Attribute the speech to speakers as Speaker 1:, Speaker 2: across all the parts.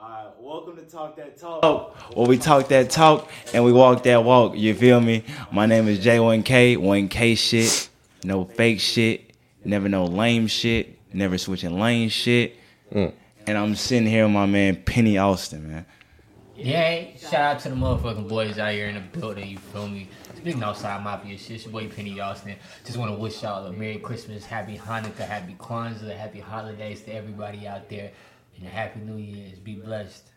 Speaker 1: Alright, welcome to Talk That Talk. Oh, Well, we talk that talk and we walk that walk. You feel me? My name is J1K. 1K shit. No fake shit. Never no lame shit. Never switching lane shit. And I'm sitting here with my man Penny Austin, man.
Speaker 2: Yeah, shout out to the motherfucking boys out here in the building, you feel me? Speaking outside mafia shit, it's your boy Penny Austin. Just want to wish y'all a Merry Christmas, Happy Hanukkah, Happy Kwanzaa, Happy Holidays to everybody out there, and a Happy New Year's. Be blessed.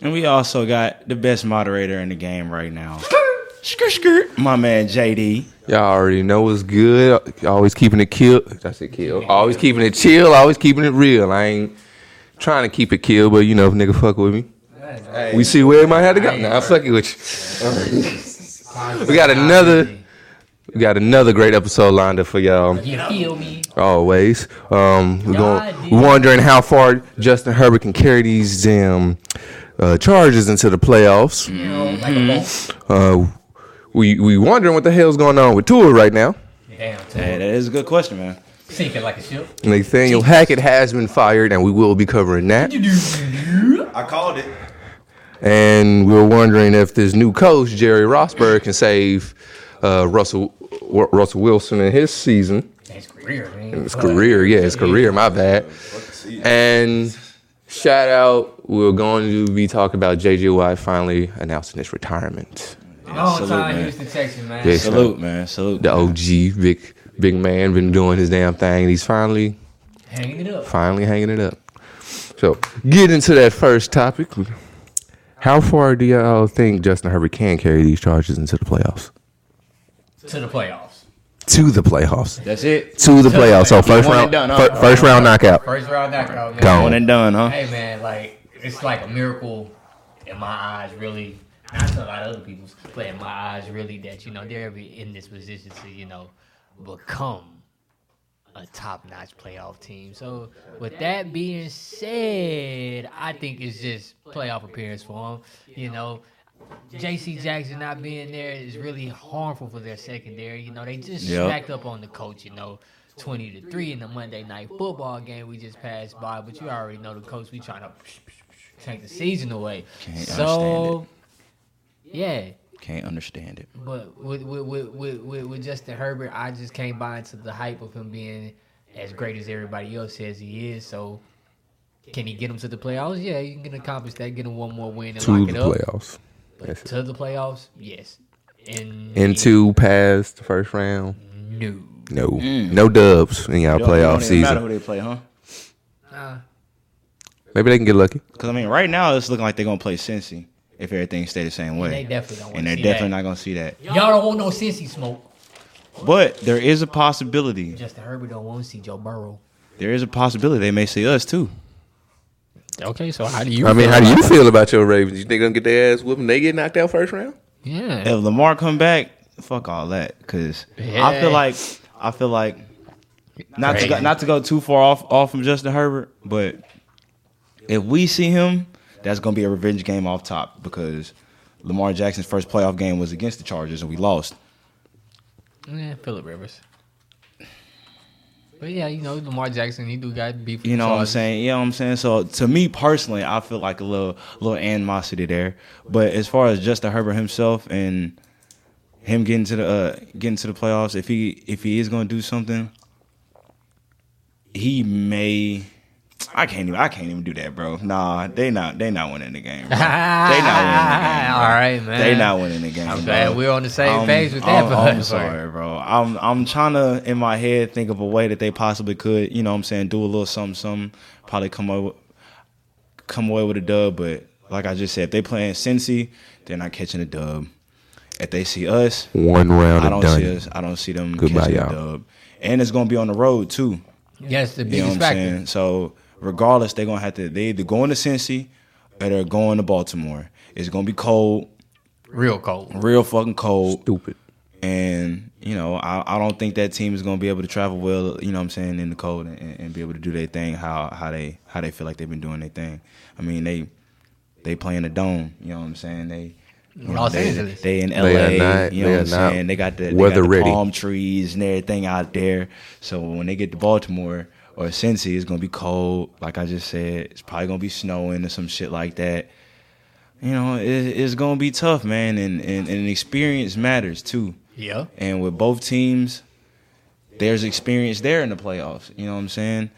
Speaker 1: And we also got the best moderator in the game right now. Skirt, skirt. My man JD.
Speaker 3: Y'all already know what's good. Always keeping it kill. That's it, kill. Always keeping it chill. Always keeping it real. I ain't trying to keep it kill, but you know, if nigga fuck with me, we see where it might have to go. Nah, I'm fucking with you. we got another. We got another great episode lined up for y'all.
Speaker 2: You feel me?
Speaker 3: Always. Um, we're going wondering how far Justin Herbert can carry these damn uh, charges into the playoffs.
Speaker 2: You know, like a boss.
Speaker 3: Uh, we we wondering what the hell's going on with Tua right now.
Speaker 2: Damn,
Speaker 1: Hey,
Speaker 2: too.
Speaker 1: that is a good question, man.
Speaker 2: Sinking like a ship.
Speaker 3: Nathaniel Hackett has been fired, and we will be covering that.
Speaker 4: I called it.
Speaker 3: And we are wondering if this new coach Jerry Rossberg can save uh, Russell w- Russell Wilson in his season,
Speaker 2: His career, man.
Speaker 3: his career. Oh, Yeah, his career. My bad. And shout out. We're going to be talking about JJ Watt finally announcing his retirement.
Speaker 2: Long
Speaker 1: Salute,
Speaker 2: time
Speaker 1: man.
Speaker 2: Houston, Texas, man.
Speaker 3: Yes.
Speaker 1: Salute, man. Salute.
Speaker 3: The OG big big man been doing his damn thing, and he's finally
Speaker 2: Hanging it up.
Speaker 3: finally hanging it up. So, get into that first topic. How far do y'all think Justin Herbert can carry these charges into the playoffs?
Speaker 2: To the playoffs.
Speaker 3: To the playoffs.
Speaker 1: That's it.
Speaker 3: To the playoffs. So first
Speaker 1: One and
Speaker 3: round,
Speaker 1: done, huh?
Speaker 3: fir- first round knockout.
Speaker 2: First round knockout. man.
Speaker 3: Gone.
Speaker 1: One and done, huh?
Speaker 2: Hey man, like it's like a miracle in my eyes, really. Not to a lot of other people's, but in my eyes, really, that you know they're ever in this position to you know become a top-notch playoff team. So with that being said, I think it's just playoff appearance for them. You know. J.C. Jackson not being there is really harmful for their secondary. You know, they just
Speaker 1: Yep.
Speaker 2: smacked up on the coach. You know, twenty to three in the Monday night football game we just passed by. But you already know the coach. We trying to take the season away.
Speaker 1: Can't
Speaker 2: so, yeah.
Speaker 1: Can't understand it.
Speaker 2: But with with, with, with, with with Justin Herbert, I just came by into the hype of him being as great as everybody else says he is. So, can he get him to the playoffs? Yeah, you can accomplish that. Get him one more win and
Speaker 3: To
Speaker 2: lock
Speaker 3: the
Speaker 2: it up.
Speaker 3: playoffs. That's it.
Speaker 2: To the playoffs, yes. And
Speaker 3: Into past the first round.
Speaker 2: new.
Speaker 3: No, no dubs in
Speaker 1: Mm.
Speaker 3: y'all
Speaker 1: Don't
Speaker 3: playoff
Speaker 1: even matter
Speaker 3: season.
Speaker 1: who they play, huh?
Speaker 2: Nah,
Speaker 3: Maybe they can get lucky.
Speaker 1: Because I mean, right now it's looking like they're gonna play Cincy if everything stay the same way.
Speaker 2: they definitely don't.
Speaker 1: and they're definitely not gonna see that.
Speaker 2: not. Y'all don't want no Cincy smoke.
Speaker 1: But there is a possibility.
Speaker 2: Justin Herbert don't want to see Joe Burrow.
Speaker 1: There is a possibility they may see us too.
Speaker 2: Okay, so how do you?
Speaker 3: I mean, how do you feel about your Ravens? You think they're gonna get their ass whooping? They get knocked out first round?
Speaker 2: Yeah,
Speaker 1: If Lamar come back, fuck all that. Because I
Speaker 2: Yeah.
Speaker 1: feel like I feel like not to go,
Speaker 2: Crazy.
Speaker 1: not to go too far off off from Justin Herbert, but if we see him, that's gonna be a revenge game off top because Lamar Jackson's first playoff game was against the Chargers and we lost.
Speaker 2: yeah, Philip Rivers. But yeah, you know Lamar Jackson, he do got beef. with
Speaker 1: You know what I'm
Speaker 2: Chargers.
Speaker 1: saying? You know what I'm saying? So to me personally, I feel like a little little animosity there. But as far as Justin Herbert himself and him getting to the uh, getting to the playoffs, if he if he is going to do something, he may. I can't even. I can't even do that, bro. Nah, they not. They not winning the game. Bro. They
Speaker 2: All
Speaker 1: not
Speaker 2: right,
Speaker 1: winning. The game, bro. They
Speaker 2: man.
Speaker 1: not winning the game.
Speaker 2: I'm
Speaker 1: bro.
Speaker 2: glad we're on the same
Speaker 1: I'm-
Speaker 2: page with that.
Speaker 1: I'm,
Speaker 2: but
Speaker 1: I'm sorry, bro. I'm I'm trying to in my head think of a way that they possibly could, you know what I'm saying, do a little something something, probably come away come away with a dub, but like I just said, if they playing Cincy, they're not catching a dub. If they see us,
Speaker 3: One round
Speaker 1: I
Speaker 3: and
Speaker 1: don't
Speaker 3: done.
Speaker 1: see us. I don't see them
Speaker 3: Goodbye,
Speaker 1: catching
Speaker 3: y'all.
Speaker 1: a dub. And it's gonna be on the road too.
Speaker 2: Yes, the
Speaker 1: You know what
Speaker 2: biggest
Speaker 1: I'm
Speaker 2: factor.
Speaker 1: saying? So regardless, they're gonna have to they either going to Cincy or they're going to Baltimore. It's gonna be cold,
Speaker 2: Real cold.
Speaker 1: real fucking cold.
Speaker 3: Stupid.
Speaker 1: And, you know, I, I don't think that team is going to be able to travel well, you know what I'm saying, in the cold and, and be able to do their thing how, how they how they feel like they've been doing their thing. I mean, they they play in the dome, you know what I'm saying? They you know,
Speaker 2: Los
Speaker 1: they,
Speaker 2: Angeles.
Speaker 1: They in LA,
Speaker 3: are not-
Speaker 1: you know what
Speaker 3: they
Speaker 1: I'm
Speaker 3: are not
Speaker 1: saying? They got the, they got
Speaker 3: weather
Speaker 1: the
Speaker 3: ready.
Speaker 1: palm trees and everything out there. So when they get to Baltimore, or Cincy, it's gonna be cold. Like I just said, it's probably gonna be snowing or some shit like that. You know, it, it's gonna be tough, man. And, and and experience matters too.
Speaker 2: Yeah.
Speaker 1: And with both teams, there's experience there in the playoffs. You know what I'm saying?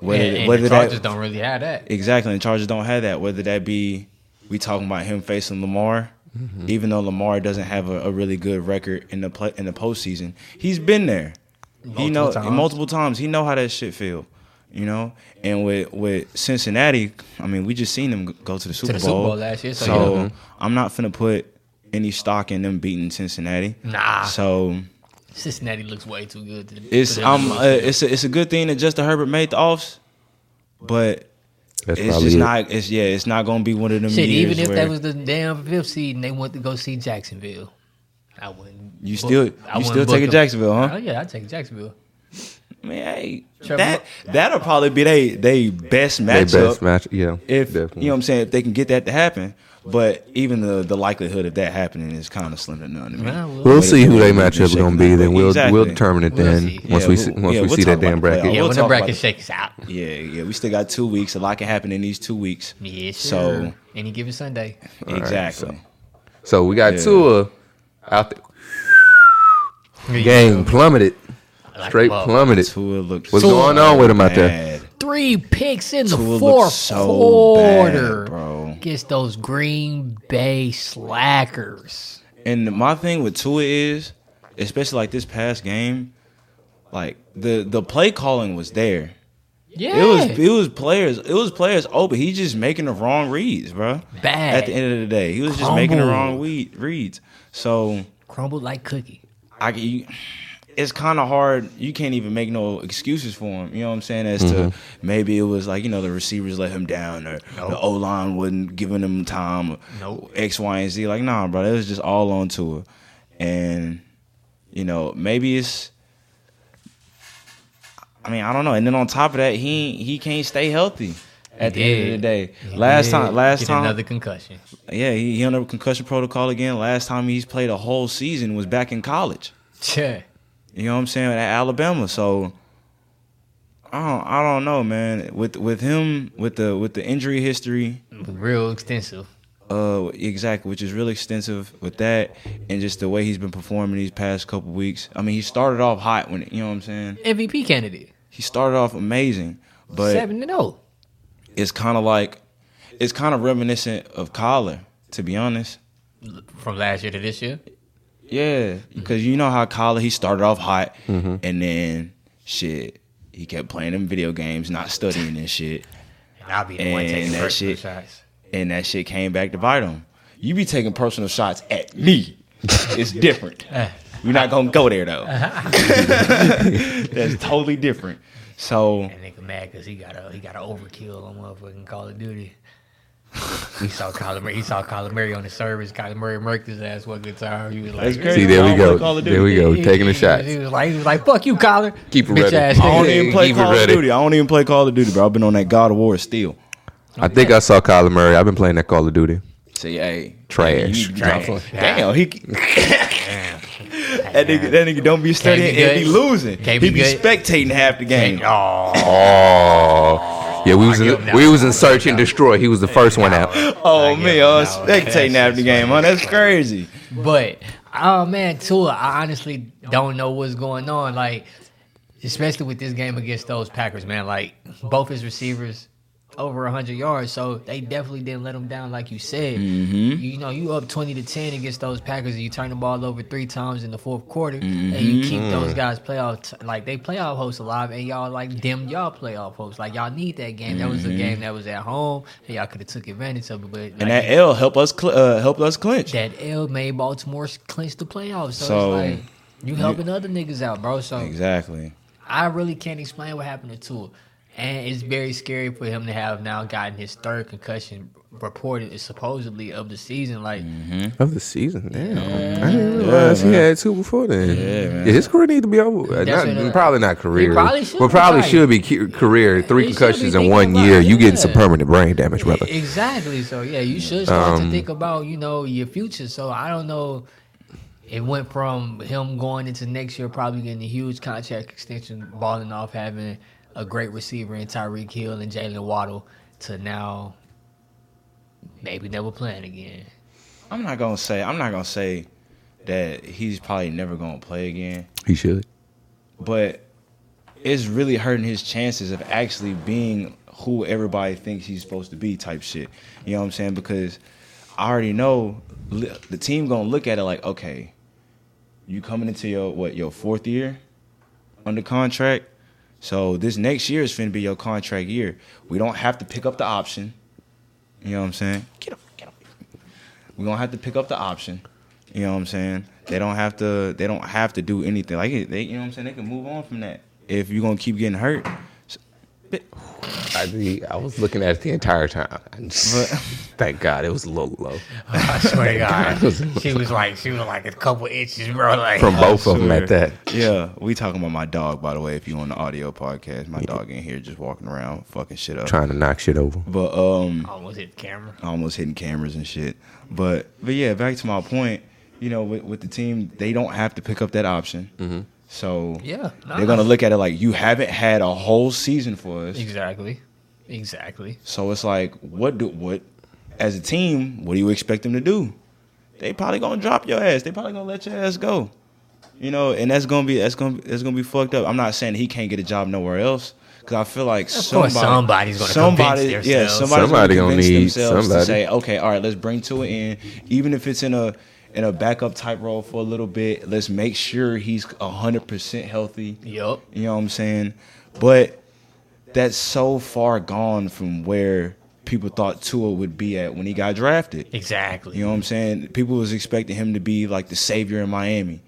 Speaker 1: Whether,
Speaker 2: and, and
Speaker 1: whether
Speaker 2: the Chargers
Speaker 1: that
Speaker 2: don't really have that.
Speaker 1: exactly, and Chargers don't have that. Whether that be we talking about him facing Lamar,
Speaker 2: Mm-hmm.
Speaker 1: even though Lamar doesn't have a, a really good record in the play, in the postseason, he's been there. he
Speaker 2: Multiple
Speaker 1: know
Speaker 2: times.
Speaker 1: multiple times. He know how that shit feel. You know, and with with Cincinnati, I mean, we just seen them go to the Super
Speaker 2: the Super
Speaker 1: Bowl,
Speaker 2: Bowl last year, so, yeah.
Speaker 1: I'm not finna put any stock in them beating Cincinnati.
Speaker 2: Nah.
Speaker 1: So
Speaker 2: Cincinnati looks way too good. To,
Speaker 1: it's
Speaker 2: for them
Speaker 1: um
Speaker 2: to
Speaker 1: uh,
Speaker 2: lose.
Speaker 1: it's a, it's a good thing that Justin Herbert made the offs, but
Speaker 3: That's
Speaker 1: it's
Speaker 3: probably
Speaker 1: just
Speaker 3: it.
Speaker 1: not it's yeah it's not gonna be one of them
Speaker 2: Shit,
Speaker 1: years
Speaker 2: even if
Speaker 1: where
Speaker 2: that was the damn fifth seed and they went to go see Jacksonville, I wouldn't.
Speaker 1: you
Speaker 2: book-
Speaker 1: still you
Speaker 2: I wouldn't
Speaker 1: still
Speaker 2: book
Speaker 1: taking
Speaker 2: them.
Speaker 1: Jacksonville, huh?
Speaker 2: Oh yeah, I take Jacksonville.
Speaker 1: I mean, hey,
Speaker 2: Trevor-
Speaker 1: that that'll probably be they they best
Speaker 3: They
Speaker 1: matchup.
Speaker 3: best match. Yeah.
Speaker 1: if
Speaker 3: definitely.
Speaker 1: you know what I'm saying, if they can get that to happen, but even the the likelihood of that happening is kind of slim to none. I mean,
Speaker 2: Nah, we'll-
Speaker 3: We'll
Speaker 1: Wait,
Speaker 3: see who
Speaker 1: wait,
Speaker 3: they
Speaker 1: wait,
Speaker 3: match up
Speaker 1: shake
Speaker 3: gonna
Speaker 1: it
Speaker 3: be.
Speaker 1: up.
Speaker 3: Then we'll
Speaker 1: Exactly.
Speaker 3: we'll determine it
Speaker 2: We'll
Speaker 3: then
Speaker 2: see.
Speaker 3: once
Speaker 1: Yeah,
Speaker 3: we
Speaker 1: we'll-
Speaker 3: see, once
Speaker 1: yeah,
Speaker 3: we
Speaker 1: we'll
Speaker 3: see
Speaker 1: talk
Speaker 3: that
Speaker 1: about
Speaker 3: damn
Speaker 1: the playoff.
Speaker 3: bracket.
Speaker 2: yeah,
Speaker 1: we'll
Speaker 2: when the
Speaker 1: talk
Speaker 2: bracket
Speaker 1: about-
Speaker 2: shakes out.
Speaker 1: yeah, yeah, we still got two weeks. A lot can happen in these two weeks.
Speaker 2: Yeah,
Speaker 1: So-
Speaker 2: sure. any given Sunday.
Speaker 1: exactly.
Speaker 3: So we got
Speaker 1: Yeah.
Speaker 3: Tua out there. Gang plummeted.
Speaker 2: Like
Speaker 3: Straight
Speaker 2: above.
Speaker 3: plummeted.
Speaker 1: Tua looks.
Speaker 3: What's going on with him out there?
Speaker 1: bad.
Speaker 2: Three picks in the
Speaker 1: Tua looks
Speaker 2: fourth
Speaker 1: so
Speaker 2: quarter.
Speaker 1: bad, bro.
Speaker 2: Gets those Green Bay slackers.
Speaker 1: And my thing with Tua is, especially like this past game, like the the play calling was there.
Speaker 2: Yeah,
Speaker 1: It was it was players it was players open. He's just making the wrong reads, bro.
Speaker 2: bad.
Speaker 1: At the end of the day, he was just making the
Speaker 2: Crumbled.
Speaker 1: wrong weed, reads. So
Speaker 2: crumbled like cookie.
Speaker 1: I you, it's kind of hard. You can't even make no excuses for him. You know what I'm saying? As to
Speaker 2: Mm-hmm.
Speaker 1: maybe it was like you know the receivers let him down or the O line wasn't giving him time. Or
Speaker 2: Nope.
Speaker 1: X, Y, and Z. Like nah, bro. It was just all on tour, and you know maybe it's. I mean I don't know. And then on top of that, he he can't stay healthy. At the end of the
Speaker 2: did.
Speaker 1: day, last
Speaker 2: Yeah,
Speaker 1: time, last
Speaker 2: get
Speaker 1: time,
Speaker 2: another concussion.
Speaker 1: yeah, he, he under concussion protocol again. Last time he's played a whole season was back in college.
Speaker 2: Yeah.
Speaker 1: You know what I'm saying? At Alabama. So I don't I don't know, man. With with him with the with the injury history,
Speaker 2: real extensive.
Speaker 1: uh exactly, which is really extensive with that and just the way he's been performing these past couple weeks. I mean, he started off hot when you know what I'm saying?
Speaker 2: MVP candidate.
Speaker 1: He started off amazing. But
Speaker 2: Seven and oh. zero.
Speaker 1: it's kinda like it's kind of reminiscent of Collar, to be honest.
Speaker 2: From last year to this year.
Speaker 1: Yeah, because you know how Collar he started off hot, and then shit, he kept playing them video games, not studying and shit,
Speaker 2: And I'll be the one
Speaker 1: And
Speaker 2: taking
Speaker 1: that
Speaker 2: personal
Speaker 1: shit-
Speaker 2: shots.
Speaker 1: and that shit came back to bite him. You be taking personal shots at me. it's different.
Speaker 2: Eh.
Speaker 1: We're not gonna go there though.
Speaker 2: Uh-huh.
Speaker 1: That's totally different. So
Speaker 2: That nigga mad because he got a he got an overkill on motherfucking Call of Duty. he saw Kyler Murray. He saw Kyler Murray on the service. Kyler Murray murked his ass one good time. He was like,
Speaker 1: That's
Speaker 3: See,
Speaker 1: crazy.
Speaker 3: there
Speaker 1: I
Speaker 3: we
Speaker 1: don't play Call
Speaker 3: go.
Speaker 1: of Duty.
Speaker 3: There we go.
Speaker 2: He-
Speaker 3: Taking the
Speaker 2: he-
Speaker 3: shots.
Speaker 2: He was like, he was like, fuck you, Kyler.
Speaker 3: Keep it
Speaker 2: Bitch
Speaker 3: ready.
Speaker 2: ass
Speaker 3: I
Speaker 1: I
Speaker 2: nigga.
Speaker 1: don't even play
Speaker 3: Keep it
Speaker 1: Call of
Speaker 3: ready.
Speaker 1: Duty. I don't even play Call of Duty, bro. I've been on that God of War still.
Speaker 3: I think I saw Kyler Murray. I've been playing that Call of Duty.
Speaker 1: See, hey,
Speaker 3: Trash.
Speaker 1: you-
Speaker 3: Trash.
Speaker 1: Damn, he that nigga, that nigga don't be studying
Speaker 2: Can't be
Speaker 1: and be
Speaker 2: good.
Speaker 1: losing.
Speaker 2: Can't
Speaker 1: he
Speaker 2: be
Speaker 1: be
Speaker 2: good.
Speaker 1: spectating half the game.
Speaker 2: Oh,
Speaker 3: Oh. Yeah, we was
Speaker 2: give him
Speaker 3: in,
Speaker 2: that
Speaker 3: we
Speaker 2: one.
Speaker 3: was in search and destroy. He was the first one out.
Speaker 1: Oh
Speaker 2: I give
Speaker 1: man,
Speaker 2: him
Speaker 1: oh,
Speaker 2: that one. That's
Speaker 1: spectating half the
Speaker 2: just
Speaker 1: game, huh?
Speaker 2: funny.
Speaker 1: That's crazy.
Speaker 2: But oh man, Tua, I honestly don't know what's going on. Like, especially with this game against those Packers, man. Like, both his receivers over hundred yards, so they definitely didn't let him down, like you said. You know, you up twenty to ten against those Packers, and you turn the ball over three times in the fourth quarter, and you keep those guys playoff t- like they playoff hosts alive, and y'all like them y'all playoff hosts. Like y'all need that game. That was a game that was at home, and y'all could have took advantage of it. But like,
Speaker 1: And that L helped us cl- uh, helped us clinch.
Speaker 2: that L made Baltimore clinch the playoffs. So,
Speaker 1: So,
Speaker 2: it's like you helping other niggas out, bro. So
Speaker 1: Exactly.
Speaker 2: I really can't explain what happened to Tua. And it's very scary for him to have now gotten his third concussion reported supposedly of the season. Like
Speaker 3: Of the season, damn! I didn't realize he had two before then. Yeah, man. his career need to be over.
Speaker 2: That's
Speaker 3: Not-
Speaker 2: what it-
Speaker 3: probably not career.
Speaker 2: probably should
Speaker 3: but
Speaker 2: be,
Speaker 3: probably
Speaker 2: right.
Speaker 3: should be cu- career. Three
Speaker 2: It should be
Speaker 3: concussions in
Speaker 2: thinking
Speaker 3: one
Speaker 2: about
Speaker 3: year.
Speaker 2: it,
Speaker 3: You getting some
Speaker 2: yeah.
Speaker 3: permanent brain damage, brother.
Speaker 2: E-, Exactly. So yeah, you should start
Speaker 1: Um,
Speaker 2: to think about you know your future. So I don't know. It went from him going into next year probably getting a huge contract extension, balling off, having a great receiver in Tyreek Hill and Jalen Waddle to now maybe never playing again.
Speaker 1: I'm not gonna say I'm not gonna say that he's probably never gonna play again,
Speaker 3: He should.
Speaker 1: but it's really hurting his chances of actually being who everybody thinks he's supposed to be type shit. You know what I'm saying? Because I already know li- the team gonna look at it like, okay, you coming into your what your fourth year under contract. So this next year is finna be your contract year. We don't have to pick up the option. You know what I'm saying? Get up, get up. We don't have to pick up the option. You know what I'm saying? They don't have to. They don't have to do anything. Like they, you know what I'm saying? They can move on from that. If you're gonna keep getting hurt,
Speaker 3: I, be- I was looking at it the entire time. Thank God it was a little low
Speaker 2: I swear to God, she was like she was like a couple inches, bro. Like
Speaker 3: from both of them at that.
Speaker 1: yeah, we talking about my dog. By the way, if you on the audio podcast, my dog in here just walking around fucking shit up.
Speaker 3: Trying to knock shit over.
Speaker 1: But um,
Speaker 2: almost hit the camera.
Speaker 1: almost hitting cameras and shit. But but yeah, back to my point. You know, with, with the team, they don't have to pick up that option.
Speaker 3: Mm-hmm.
Speaker 1: So
Speaker 2: Yeah, no.
Speaker 1: they're gonna look at it like you haven't had a whole season for us.
Speaker 2: Exactly, exactly.
Speaker 1: So it's like, what do what as a team? What do you expect them to do? They probably gonna drop your ass. They probably gonna let your ass go. You know, and that's gonna be that's gonna that's gonna be fucked up. I'm not saying he can't get a job nowhere else because I feel like somebody,
Speaker 2: course somebody's gonna convince
Speaker 1: yeah,
Speaker 2: themselves.
Speaker 1: somebody's
Speaker 3: Somebody
Speaker 1: gonna
Speaker 3: gonna
Speaker 1: convince
Speaker 3: need
Speaker 1: themselves
Speaker 3: somebody.
Speaker 1: to say, okay, all right, let's bring to an end, even if it's in a in a backup type role for a little bit. Let's make sure he's hundred percent healthy.
Speaker 2: Yup.
Speaker 1: You know what I'm saying? But that's so far gone from where people thought Tua would be at when he got drafted.
Speaker 2: Exactly.
Speaker 1: You know what I'm saying? People was expecting him to be like the savior in Miami.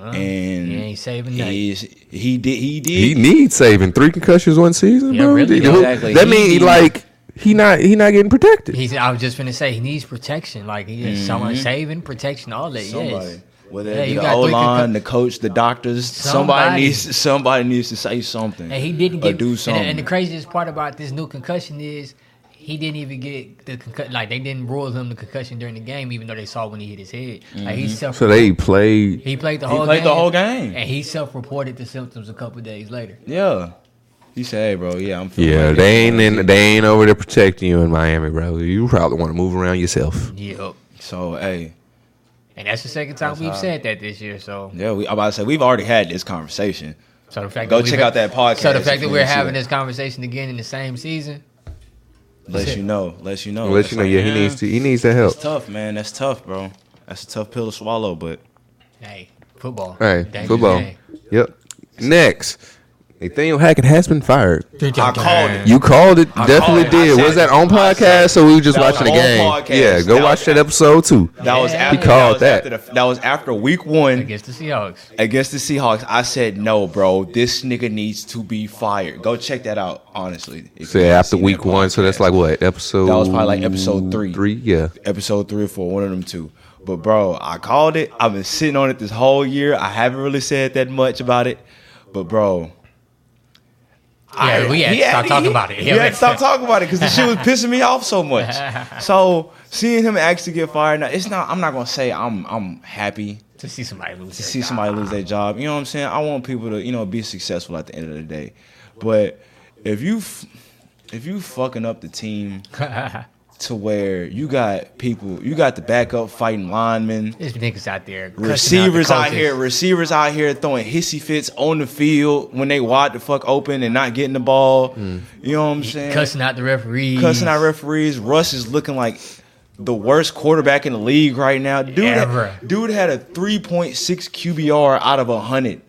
Speaker 2: Well,
Speaker 1: And
Speaker 2: he Uh-huh. ain't saving
Speaker 1: he is- he did he did
Speaker 3: He needs saving three concussions one season,
Speaker 2: Yeah,
Speaker 3: bro.
Speaker 2: really.
Speaker 3: Dude,
Speaker 1: Exactly.
Speaker 3: That
Speaker 1: He
Speaker 3: means he
Speaker 1: needs-
Speaker 3: like he not he not getting protected.
Speaker 2: He's. I was just gonna say he needs protection. Like he needs someone saving, protection, all that.
Speaker 1: Mm-hmm. somebody.
Speaker 2: Yes.
Speaker 1: Whether
Speaker 2: Yeah,
Speaker 1: it be
Speaker 2: you
Speaker 1: the
Speaker 2: got
Speaker 1: O
Speaker 2: three
Speaker 1: line,
Speaker 2: concu-
Speaker 1: the coach, the doctors, somebody.
Speaker 2: Somebody.
Speaker 1: needs somebody needs to say something.
Speaker 2: And he didn't
Speaker 1: or
Speaker 2: get.
Speaker 1: do something.
Speaker 2: And, and the craziest part about this new concussion is he didn't even get the concussion. Like they didn't rule him the concussion during the game, even though they saw when he hit his head. Like he self.
Speaker 3: so they played.
Speaker 2: he played the
Speaker 1: Mm-hmm. He
Speaker 2: whole.
Speaker 1: played
Speaker 2: game,
Speaker 1: the whole game.
Speaker 2: and he self-reported the symptoms a couple days later.
Speaker 1: yeah, he said, "Hey, bro, yeah, I'm feeling
Speaker 3: Yeah,
Speaker 1: like
Speaker 3: they
Speaker 1: this."
Speaker 3: ain't in, they ain't over there protecting you in Miami, bro. You probably want to move around yourself.
Speaker 2: Yep.
Speaker 1: So hey,
Speaker 2: And that's the second time we've said that this year. So,
Speaker 1: yeah, we, I'm about to say we've already had this conversation.
Speaker 2: so the fact
Speaker 1: Go
Speaker 2: that we've
Speaker 1: check
Speaker 2: had-
Speaker 1: out that podcast.
Speaker 2: So the fact
Speaker 1: if
Speaker 2: that
Speaker 1: you
Speaker 2: we're
Speaker 1: didn't see
Speaker 2: having
Speaker 1: that.
Speaker 2: this conversation again in the same season,
Speaker 1: Let you know. Let you know.
Speaker 3: Unless you know,
Speaker 1: It's
Speaker 3: yeah,
Speaker 1: Oh, like,
Speaker 3: he
Speaker 1: man,
Speaker 3: needs to he needs that help.
Speaker 1: It's tough, man. That's tough, bro. That's a tough pill to swallow, but
Speaker 2: hey, football.
Speaker 3: Hey,
Speaker 2: Dangerous
Speaker 3: football.
Speaker 2: game.
Speaker 3: Yep. Next, Nathaniel Hackett has been fired.
Speaker 4: I called it.
Speaker 3: You called it. definitely
Speaker 4: called it. I
Speaker 3: did.
Speaker 4: said
Speaker 3: Was that
Speaker 4: it.
Speaker 3: on
Speaker 4: I said
Speaker 3: podcast? So we were just
Speaker 4: That was
Speaker 3: watching
Speaker 4: on
Speaker 3: the game.
Speaker 4: podcast.
Speaker 3: Yeah, go
Speaker 4: That
Speaker 3: watch
Speaker 4: was-
Speaker 3: that episode too.
Speaker 1: that was
Speaker 2: He
Speaker 1: after that. Was
Speaker 3: called that.
Speaker 1: after the, that was after week one
Speaker 2: against the Seahawks.
Speaker 1: against the Seahawks. I said no, bro. This nigga needs to be fired. Go check that out, honestly. if
Speaker 3: So
Speaker 1: you
Speaker 3: yeah,
Speaker 1: haven't
Speaker 3: after
Speaker 1: seen
Speaker 3: week
Speaker 1: that
Speaker 3: one, so
Speaker 1: podcast.
Speaker 3: that's like what episode?
Speaker 1: That was probably like episode three.
Speaker 3: Three, yeah.
Speaker 1: episode three or four, one of them two. But bro, I called it. I've been sitting on it this whole year. I haven't really said that much about it. But bro,
Speaker 2: Yeah, we had
Speaker 1: he
Speaker 2: to stop
Speaker 1: he-
Speaker 2: talking about it.
Speaker 1: We had to stop talking about it because the shit was pissing me off so much. So seeing him actually get fired, now it's not. I'm not gonna say I'm I'm happy
Speaker 2: to see somebody lose.
Speaker 1: to
Speaker 2: their
Speaker 1: see
Speaker 2: job.
Speaker 1: somebody lose their job. You know what I'm saying? I want people to you know be successful at the end of the day. But if you f- if you fucking up the team to where you got people, you got the backup fighting linemen.
Speaker 2: There's niggas out there. cussing
Speaker 1: Receivers out,
Speaker 2: the
Speaker 1: here,
Speaker 2: coaches.
Speaker 1: receivers out here throwing hissy fits on the field when they wide the fuck open and not getting the ball. You know what I'm saying?
Speaker 2: Mm. cussing out the referees,
Speaker 1: cussing out referees. Russ is looking like the worst quarterback in the league right now. Dude,
Speaker 2: Ever.
Speaker 1: dude had a 3.6 QBR out of 100.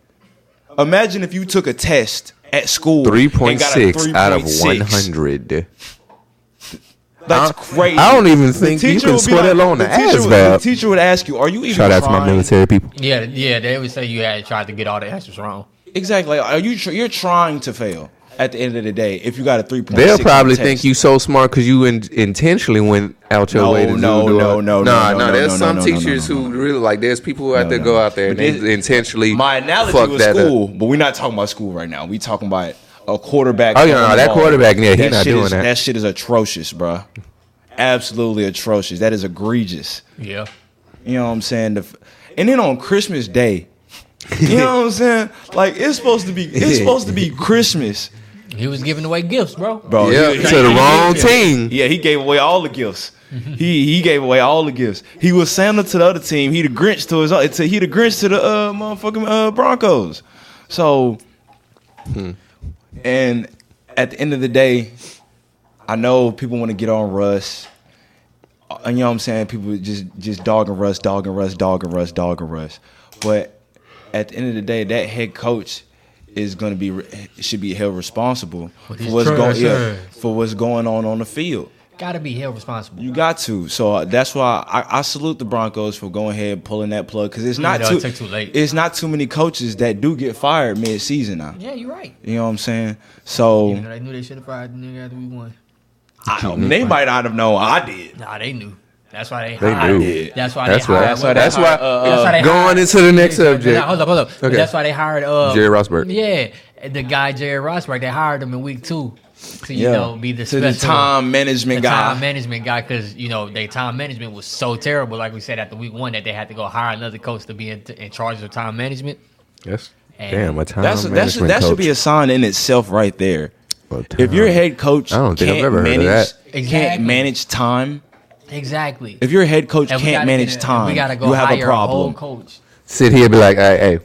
Speaker 1: Imagine if you took a test at school.
Speaker 3: Three
Speaker 1: and got a
Speaker 3: point six out of
Speaker 1: 3.6.
Speaker 3: one hundred.
Speaker 1: That's
Speaker 3: I-
Speaker 1: crazy.
Speaker 3: I don't even think you
Speaker 1: teacher
Speaker 3: can
Speaker 1: would be
Speaker 3: sweat that low on
Speaker 1: the
Speaker 3: the
Speaker 1: teacher
Speaker 3: ass
Speaker 1: would- The
Speaker 3: valve.
Speaker 1: teacher would ask you, "Are you even
Speaker 3: Shout out to
Speaker 1: trying?
Speaker 3: my military people.
Speaker 2: Yeah, yeah, they would say you had tried to get all the answers wrong.
Speaker 1: Exactly. Are you? Tr- you're trying to fail at the end of the day. If you got a three point,
Speaker 3: They'll probably think you so smart because you in, intentionally went out your
Speaker 1: No,
Speaker 3: way to do-
Speaker 1: no,
Speaker 3: do it.
Speaker 1: no, no, no,
Speaker 3: Nah,
Speaker 1: no,
Speaker 3: nah,
Speaker 1: no,
Speaker 3: There's
Speaker 1: no,
Speaker 3: some
Speaker 1: no, no, no,
Speaker 3: teachers
Speaker 1: no, no,
Speaker 3: who really like. There's people out
Speaker 1: No,
Speaker 3: there
Speaker 1: no.
Speaker 3: go out there and
Speaker 1: But
Speaker 3: they
Speaker 1: this-
Speaker 3: intentionally
Speaker 1: My analogy
Speaker 3: fuck
Speaker 1: was
Speaker 3: that up.
Speaker 1: school, but we're not talking about school right now. We talking about a quarterback.
Speaker 3: Oh, yeah,
Speaker 1: throwing
Speaker 3: no,
Speaker 1: the
Speaker 3: that
Speaker 1: ball.
Speaker 3: quarterback, yeah, he not
Speaker 1: shit
Speaker 3: doing
Speaker 1: is,
Speaker 3: that.
Speaker 1: That shit is atrocious, bruh. Absolutely atrocious. That is egregious.
Speaker 2: Yeah,
Speaker 1: You know what I'm saying? The f- and then on Christmas Day, you know what I'm saying? Like it's supposed to be it's supposed to be Christmas.
Speaker 2: He was giving away gifts, bro.
Speaker 1: bro.
Speaker 3: Yeah,
Speaker 1: he-
Speaker 3: to the wrong team.
Speaker 1: Yeah, he gave away all the gifts. he he gave away all the gifts. He was Santa to the other team. He the Grinch to his own. to- He the Grinch to the uh, motherfucking uh, Broncos. So, and at the end of the day, I know people want to get on Russ. Uh, You know what I'm saying? People just just dogging Russ, dogging Russ, dogging Russ, dogging Russ. But at the end of the day, that head coach is going to be re- should be held responsible for
Speaker 2: his
Speaker 1: what's going yeah,
Speaker 2: choices.
Speaker 1: for what's going on on the field.
Speaker 2: Gotta be held responsible.
Speaker 1: You got to. So uh, that's why I, I salute the Broncos for going ahead and pulling that plug because it's not
Speaker 2: know, it
Speaker 1: too,
Speaker 2: took too late.
Speaker 1: It's not too many coaches that do get fired mid season now.
Speaker 2: yeah, you're right.
Speaker 1: You know what I'm saying? So
Speaker 2: You know, they knew they should have fired the nigga after we won.
Speaker 1: I- they might not have known I did.
Speaker 2: Nah, they knew. That's why they.
Speaker 3: They
Speaker 2: hired-
Speaker 3: knew.
Speaker 2: That's why.
Speaker 3: That's
Speaker 2: they
Speaker 3: why.
Speaker 2: hired-
Speaker 3: That's why. That's why.
Speaker 1: uh,
Speaker 2: That's why they
Speaker 3: Going
Speaker 2: hired-
Speaker 3: into the next subject.
Speaker 2: Nah, hold up, hold up.
Speaker 3: Okay.
Speaker 2: That's why they hired uh,
Speaker 3: Jerry Rosberg.
Speaker 2: Yeah, the guy Jerry Rosberg. They hired him in week two to you
Speaker 1: Yeah.
Speaker 2: know be the
Speaker 1: to the
Speaker 2: special-
Speaker 1: time management
Speaker 2: the
Speaker 1: guy.
Speaker 2: time management guy because you know their time management was so terrible. Like we said after week one, that they had to go hire another coach to be in, in charge of time management.
Speaker 3: Yes.
Speaker 2: Hey.
Speaker 3: Damn, a time
Speaker 1: that's that should,
Speaker 3: management
Speaker 1: that should
Speaker 3: coach.
Speaker 1: be a sign in itself right there.
Speaker 3: A
Speaker 1: If your
Speaker 3: time-
Speaker 1: head coach
Speaker 3: I don't think I've
Speaker 1: can't
Speaker 3: ever heard of
Speaker 1: manage
Speaker 3: that.
Speaker 2: Exactly.
Speaker 1: can't manage time,
Speaker 2: Exactly.
Speaker 1: if your head coach
Speaker 2: And we
Speaker 1: can't
Speaker 2: gotta
Speaker 1: manage
Speaker 2: get a-
Speaker 1: time,
Speaker 2: We gotta go
Speaker 1: you have
Speaker 2: hire
Speaker 1: a problem.
Speaker 2: whole coach.
Speaker 3: sit here and be like, hey, hey,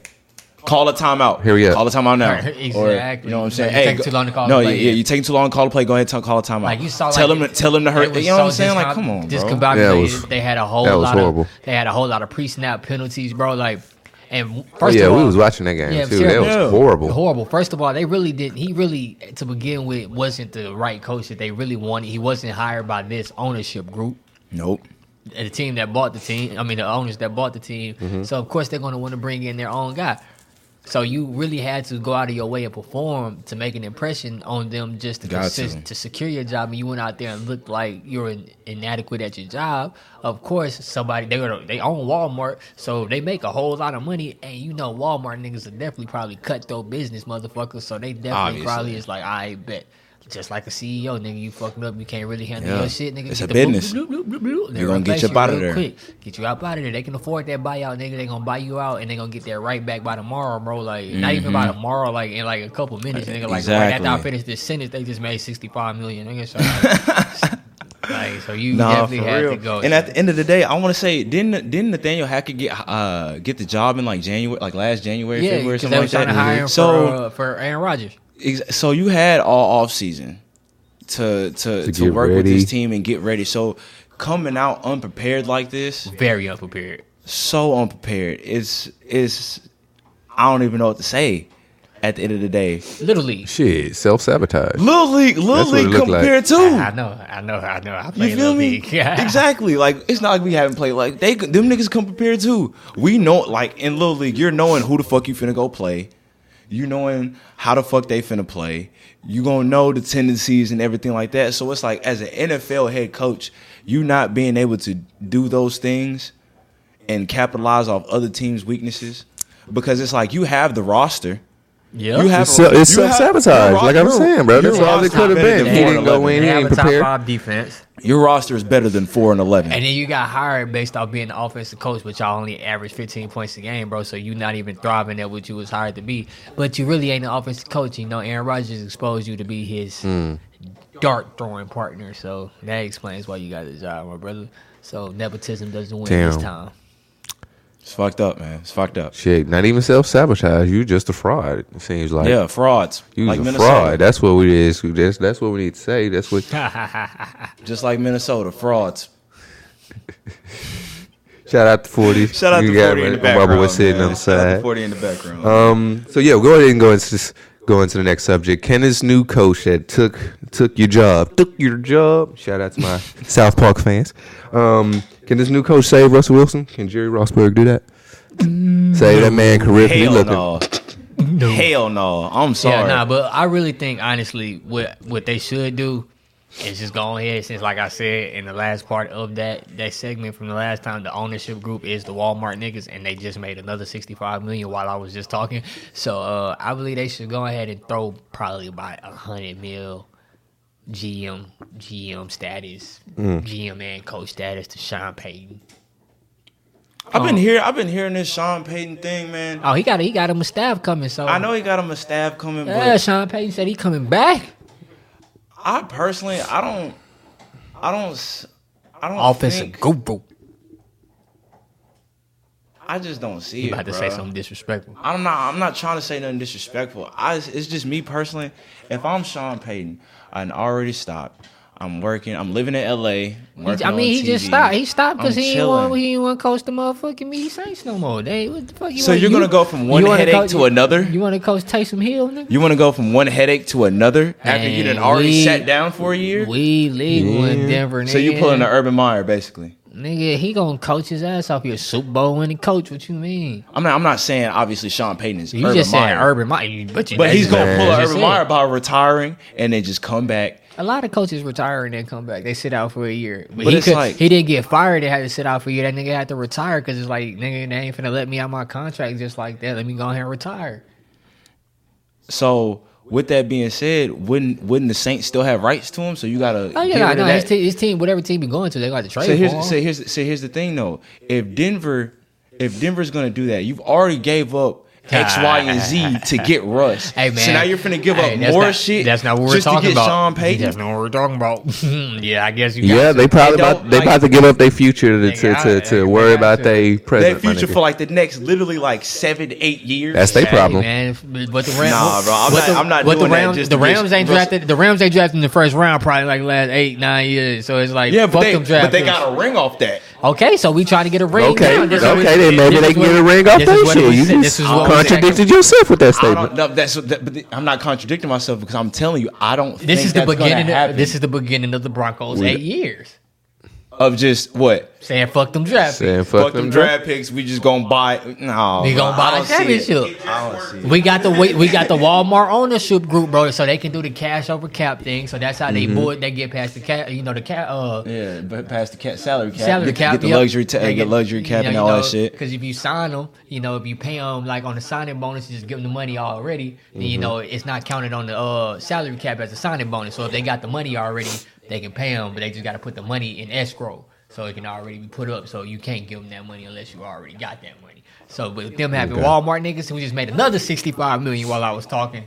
Speaker 1: Call a timeout.
Speaker 3: Here we go.
Speaker 1: Call a timeout now.
Speaker 2: Exactly.
Speaker 1: Or, you know what I'm saying?
Speaker 2: Like, you
Speaker 1: hey,
Speaker 2: taking
Speaker 1: go-
Speaker 2: too long to call
Speaker 1: no,
Speaker 2: the play.
Speaker 1: yeah, you taking too long to call a play. Go ahead, and call a timeout.
Speaker 2: Like you saw,
Speaker 1: tell
Speaker 2: like,
Speaker 1: him, tell him to
Speaker 2: it
Speaker 1: hurry.
Speaker 2: was
Speaker 1: You know what I'm
Speaker 2: so
Speaker 1: saying? Like,
Speaker 2: discom-
Speaker 1: come on, bro.
Speaker 2: discombobulated.
Speaker 3: That was-
Speaker 2: they had a whole
Speaker 3: that was
Speaker 2: lot
Speaker 3: horrible.
Speaker 2: of they had a whole lot of pre-snap penalties, bro. Like, and
Speaker 3: oh
Speaker 2: first
Speaker 3: yeah,
Speaker 2: of all,
Speaker 3: we was watching that game
Speaker 2: Yeah,
Speaker 3: too.
Speaker 2: terrible.
Speaker 3: That
Speaker 1: Yeah.
Speaker 3: was horrible.
Speaker 2: horrible. First of all, they really didn't. He really, to begin with, wasn't the right coach that they really wanted. He wasn't hired by this ownership group.
Speaker 1: Nope.
Speaker 2: The team that bought the team, I mean, the owners that bought the team.
Speaker 1: Mm-hmm.
Speaker 2: So, of course, they're going to want to bring in their own guy. So, you really had to go out of your way and perform to make an impression on them just to,
Speaker 1: Got
Speaker 2: consist, to.
Speaker 1: to.
Speaker 2: secure your job. And you went out there and looked like you're in, inadequate at your job. Of course, somebody, they, gonna- they own Walmart, so they make a whole lot of money. And you know, Walmart niggas are definitely probably cutthroat business motherfuckers. So, they definitely
Speaker 1: Obviously.
Speaker 2: probably is like, I bet. Just like a CEO, nigga, you fucking up. You can't really handle
Speaker 1: Yeah.
Speaker 2: your shit, nigga.
Speaker 1: It's
Speaker 2: Get
Speaker 1: a
Speaker 2: the bloop,
Speaker 1: business.
Speaker 2: bloop, bloop, bloop, bloop, and
Speaker 1: They're gonna
Speaker 2: replace
Speaker 1: get you up
Speaker 2: you
Speaker 1: out of
Speaker 2: real
Speaker 1: there.
Speaker 2: Quick. Get you up out of there. They can afford that buyout, nigga. They gonna buy you out, and they gonna get that right back by tomorrow, bro. Like not even by tomorrow, like in like a couple minutes, nigga. Like right after I
Speaker 1: Mm-hmm. Exactly.
Speaker 2: finish this sentence, they just made sixty five million, nigga. So, like, like, so you
Speaker 1: Nah,
Speaker 2: definitely
Speaker 1: for
Speaker 2: had to
Speaker 1: real.
Speaker 2: go.
Speaker 1: and at the end of the day, I want to say, didn't didn't Nathaniel Hackett get uh get the job in like January, like last January,
Speaker 2: yeah,
Speaker 1: February,
Speaker 2: because they
Speaker 1: something
Speaker 2: were
Speaker 1: like that?
Speaker 2: trying to hire him
Speaker 1: so
Speaker 2: for, uh, for Aaron Rodgers.
Speaker 1: Ex- so you had all off season to to to,
Speaker 3: get
Speaker 1: work with
Speaker 3: ready.
Speaker 1: this team and get ready. So coming out unprepared like this,
Speaker 2: Very unprepared.
Speaker 1: so unprepared. It's it's I don't even know what to say at the end of the day.
Speaker 2: Literally,
Speaker 3: Shit, self sabotage.
Speaker 1: Little league, little
Speaker 3: That's what it
Speaker 1: league
Speaker 3: looked like.
Speaker 1: compared
Speaker 2: I
Speaker 1: to.
Speaker 2: know, I know, I know. I play
Speaker 1: You feel me? exactly. Like it's not like we haven't played. Like they, them niggas come prepared too. We know, like in little league, you're knowing who the fuck you finna go play. You knowing how the fuck they finna play. You gonna know the tendencies and everything like that. So it's like as an NFL head coach, you not being able to do those things and capitalize off other teams' weaknesses because it's like you have the roster.
Speaker 2: Yeah,
Speaker 1: You have
Speaker 3: It's, self- it's
Speaker 1: You have-
Speaker 3: self sabotage,
Speaker 1: you're-
Speaker 3: like I'm
Speaker 1: you're-
Speaker 3: saying, bro.
Speaker 1: you're
Speaker 3: That's all it
Speaker 1: roster
Speaker 3: could have
Speaker 1: better
Speaker 3: been.
Speaker 1: than
Speaker 3: He didn't go
Speaker 1: 4-11.
Speaker 2: They
Speaker 3: in, he
Speaker 2: have a
Speaker 3: ain't
Speaker 2: top
Speaker 3: prepared.
Speaker 2: five defense.
Speaker 1: Your roster is better than four and eleven.
Speaker 2: And then you got hired based off being the offensive coach, but y'all only average 15 points a game, bro. So you not even thriving at what you was hired to be. But you really ain't an offensive coach. You know, Aaron Rodgers exposed you to be his dart throwing partner. So that explains why you got the job, my brother. So nepotism doesn't win
Speaker 3: Damn.
Speaker 2: this time.
Speaker 1: It's fucked up, man. It's fucked up.
Speaker 3: Shit, not even self sabotage. You just a fraud. It seems like.
Speaker 1: Yeah, frauds.
Speaker 3: You was
Speaker 1: like
Speaker 3: a
Speaker 1: Minnesota.
Speaker 3: fraud. That's what we is. That's that's what we need to say. That's what.
Speaker 1: Just like Minnesota, frauds.
Speaker 3: Shout out to Forty.
Speaker 1: Shout out
Speaker 3: You
Speaker 1: to
Speaker 3: got
Speaker 1: 40 in the
Speaker 3: my-
Speaker 1: Uh, background.
Speaker 3: My boy sitting
Speaker 1: man.
Speaker 3: on the
Speaker 1: Shout out to
Speaker 3: side.
Speaker 1: 40 in the background.
Speaker 3: Um. So yeah, go ahead and go into this, go into the next subject. Can this new coach that took took your job took your job? Shout out to my South Park fans. Um. Can this new coach save Russell Wilson? Can Jerry Rossberg do that? Save that man career from me
Speaker 1: Mm. Hell
Speaker 3: looking.
Speaker 1: no. Hell no. I'm sorry.
Speaker 2: Yeah, nah, but I really think honestly, what what they should do is just go ahead since, like I said in the last part of that that segment from the last time, the ownership group is the Walmart niggas, and they just made another sixty five million while I was just talking. So uh, I believe they should go ahead and throw probably about a hundred mil. GM, GM status, GM and coach status to Sean Payton.
Speaker 1: I've been here. I've been hearing this Sean Payton thing, man.
Speaker 2: Oh, he got he got him a staff coming. So
Speaker 1: I know he got him a stab coming, but
Speaker 2: Yeah, Sean Payton said he coming back.
Speaker 1: I personally, I don't, I don't, s- I don't
Speaker 2: Offensive
Speaker 1: think-
Speaker 2: guru.
Speaker 1: I just don't see
Speaker 2: You
Speaker 1: it.
Speaker 2: about to
Speaker 1: bruh.
Speaker 2: say something disrespectful?
Speaker 1: I'm not. I'm not trying to say nothing disrespectful. I. It's just me personally. If I'm Sean Payton, I already stopped. I'm working. I'm living in L.A. working
Speaker 2: I
Speaker 1: on
Speaker 2: mean, he just
Speaker 1: TV.
Speaker 2: stopped. He stopped because
Speaker 1: I'm
Speaker 2: he ain't want
Speaker 1: chilling.
Speaker 2: he ain't want to coach the motherfucking me Saints no more. They what the fuck? You
Speaker 1: So
Speaker 2: want-
Speaker 1: you're
Speaker 2: you-
Speaker 1: gonna go from one
Speaker 2: you wanna
Speaker 1: headache
Speaker 2: coach-
Speaker 1: to another?
Speaker 2: You want to coach Taysom Hill, nigga?
Speaker 1: You want to go from one headache to another after you done
Speaker 2: Man,
Speaker 1: already
Speaker 2: we-
Speaker 1: sat down for a year.
Speaker 2: We legal in Denver. Nigga.
Speaker 1: so you pulling the Urban Meyer basically.
Speaker 2: nigga? He gonna coach his ass off. He a Super Bowl winning coach. What you mean?
Speaker 1: I'm not. I'm not saying obviously Sean Payton is
Speaker 2: You
Speaker 1: Urban
Speaker 2: just
Speaker 1: Meyer,
Speaker 2: saying Urban Meyer, but, you,
Speaker 1: but he's
Speaker 2: that's
Speaker 1: gonna pull
Speaker 2: what
Speaker 1: an
Speaker 2: you
Speaker 1: Urban
Speaker 2: said.
Speaker 1: Meyer by retiring and then just come back.
Speaker 2: A lot of coaches retire and then come back. They sit out for a year, but,
Speaker 1: But
Speaker 2: he
Speaker 1: it's
Speaker 2: could,
Speaker 1: like-
Speaker 2: he didn't get fired. They had to sit out for a year. That nigga had to retire because it's like nigga, they ain't finna let me out my contract just like that. Let me go ahead and retire.
Speaker 1: So with that being said, wouldn't wouldn't the Saints still have rights to him? So you gotta.
Speaker 2: Oh
Speaker 1: get
Speaker 2: yeah,
Speaker 1: rid
Speaker 2: no,
Speaker 1: of
Speaker 2: no, his,
Speaker 1: that.
Speaker 2: te- his team, whatever team be going to, they got to trade
Speaker 1: So
Speaker 2: for him.
Speaker 1: here's so here's so here's the thing though. If Denver, if Denver's gonna do that, you've already gave up X, Y, and Z to get Russ.
Speaker 2: Hey man,
Speaker 1: So now you're finna give
Speaker 2: Hey,
Speaker 1: up
Speaker 2: that's
Speaker 1: more
Speaker 2: not-
Speaker 1: shit.
Speaker 2: That's not what we're
Speaker 1: just
Speaker 2: talking
Speaker 1: to get
Speaker 2: about.
Speaker 1: Sean Payton.
Speaker 2: That's not what we're talking about. yeah, I guess you. Got
Speaker 3: Yeah,
Speaker 2: to.
Speaker 3: they probably
Speaker 1: They don't
Speaker 3: about, they
Speaker 1: like-
Speaker 3: about to give up their future to to,
Speaker 2: Nigga,
Speaker 3: to,
Speaker 2: I-
Speaker 3: to
Speaker 2: nigga,
Speaker 3: worry
Speaker 2: I
Speaker 3: about
Speaker 2: should-
Speaker 3: their
Speaker 1: Their
Speaker 3: present. my
Speaker 1: future
Speaker 3: nigga.
Speaker 1: for like the next literally like seven, eight years.
Speaker 3: That's their
Speaker 2: Hey,
Speaker 3: problem.
Speaker 2: man. if- But the Rams,
Speaker 1: Nah, bro, I'm
Speaker 2: but
Speaker 1: not- I'm not
Speaker 2: but
Speaker 1: doing
Speaker 2: the
Speaker 1: that
Speaker 2: Rams,
Speaker 1: just
Speaker 2: the
Speaker 1: to get
Speaker 2: Rams ain't
Speaker 1: Russ-
Speaker 2: drafted. The Rams ain't drafted in the first round probably like last eight, nine years. So it's like
Speaker 1: Yeah,
Speaker 2: fuck
Speaker 1: but they,
Speaker 2: them draft
Speaker 1: but they
Speaker 2: picks.
Speaker 1: got a ring off that.
Speaker 2: Okay, so we trying to get a ring.
Speaker 3: Okay,
Speaker 2: now. This is
Speaker 3: okay,
Speaker 2: what-
Speaker 3: then maybe
Speaker 2: this
Speaker 3: they
Speaker 2: is
Speaker 3: can
Speaker 2: what-
Speaker 3: get a ring off
Speaker 2: this is
Speaker 3: that
Speaker 2: what
Speaker 3: shit.
Speaker 2: we
Speaker 3: You
Speaker 2: said- this
Speaker 3: just
Speaker 2: is what we said.
Speaker 3: contradicted yourself with that
Speaker 1: I
Speaker 3: statement.
Speaker 1: don't know. That's that, but I'm not contradicting myself because I'm telling you I don't.
Speaker 2: This
Speaker 1: think
Speaker 2: is the
Speaker 1: that's gonna
Speaker 2: beginning. Of,
Speaker 1: happen.
Speaker 2: this is the beginning of the Broncos' eight years.
Speaker 1: of just what
Speaker 2: Saying fuck them draft. picks.
Speaker 3: Saying
Speaker 1: fuck them draft picks. We just gonna buy. No,
Speaker 2: We gonna
Speaker 1: I
Speaker 2: buy a
Speaker 1: don't see it.
Speaker 2: championship.
Speaker 1: I don't see it.
Speaker 2: We got the we, we got the Walmart ownership group, bro, so they can do the cash over cap thing. So that's how they board. They get past the cap, you know, the cap. Uh,
Speaker 1: Yeah, but past the ca- salary cap,
Speaker 2: salary
Speaker 1: get,
Speaker 2: cap,
Speaker 1: get the
Speaker 2: yep.
Speaker 1: luxury, ta- get luxury cap and all that shit.
Speaker 2: Because if you sign them, you know, if you pay them like on the signing bonus, you just give them the money already.
Speaker 1: Mm-hmm.
Speaker 2: Then you know it's not counted on the uh, salary cap as a signing bonus. So if they got the money already, they can pay them, but they just got to put the money in escrow so it can already be put up. So you can't give them that money unless you already got that money. So with them having Walmart niggas who just made another sixty five million while I was talking.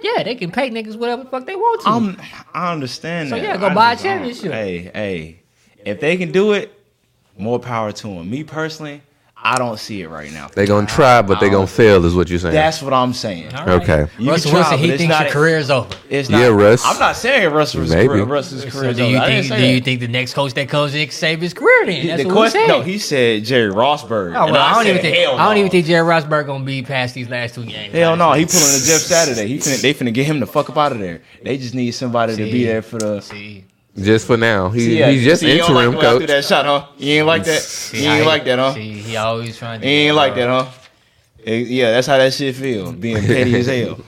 Speaker 2: Yeah, they can pay niggas whatever the fuck they want to.
Speaker 1: I'm, I understand
Speaker 2: So,
Speaker 1: that.
Speaker 2: yeah, go
Speaker 1: I
Speaker 2: buy a
Speaker 1: just don't-
Speaker 2: championship.
Speaker 1: Hey, hey, if they can do it, more power to them. Me personally, I don't see it right now.
Speaker 3: They're gonna try, but they're gonna fail, is what you're saying.
Speaker 1: That's what I'm saying.
Speaker 2: All right.
Speaker 3: okay.
Speaker 1: You
Speaker 2: Russell
Speaker 1: can try,
Speaker 2: Wilson,
Speaker 1: but
Speaker 2: he
Speaker 1: it's
Speaker 2: thinks
Speaker 1: not
Speaker 2: your
Speaker 1: a-
Speaker 2: career is over.
Speaker 1: It's not,
Speaker 3: Yeah, Russ.
Speaker 1: I'm not saying Russell's
Speaker 3: Maybe.
Speaker 1: career. Russell's career.
Speaker 2: So do you think do you think the next coach that comes in can save his career then? That's
Speaker 1: the
Speaker 2: what
Speaker 1: question?
Speaker 2: we
Speaker 1: No,
Speaker 2: said.
Speaker 1: he said Jerry Rossberg.
Speaker 2: Oh, well,
Speaker 1: And
Speaker 2: I, don't
Speaker 1: said,
Speaker 2: even think
Speaker 1: hell
Speaker 2: I don't
Speaker 1: no.
Speaker 2: even think Jerry Rossberg gonna be past these last two games.
Speaker 1: Hell no,
Speaker 2: honestly.
Speaker 1: he pulling a Jeff Saturday. He finna, they finna get him the fuck up out of there. They just need somebody to
Speaker 2: See.
Speaker 1: be there for the.
Speaker 2: See,
Speaker 3: Just for now, he,
Speaker 1: See, yeah,
Speaker 3: he's just
Speaker 1: see, you don't
Speaker 3: interim
Speaker 1: like the way I threw
Speaker 3: coach.
Speaker 1: that shot, huh? You ain't like that.
Speaker 2: see
Speaker 1: You
Speaker 2: how
Speaker 1: ain't
Speaker 2: he-
Speaker 1: like that, huh?
Speaker 2: See, he always trying to.
Speaker 1: You ain't like that, huh? Eh, Yeah, that's how that shit feel. Being petty as hell.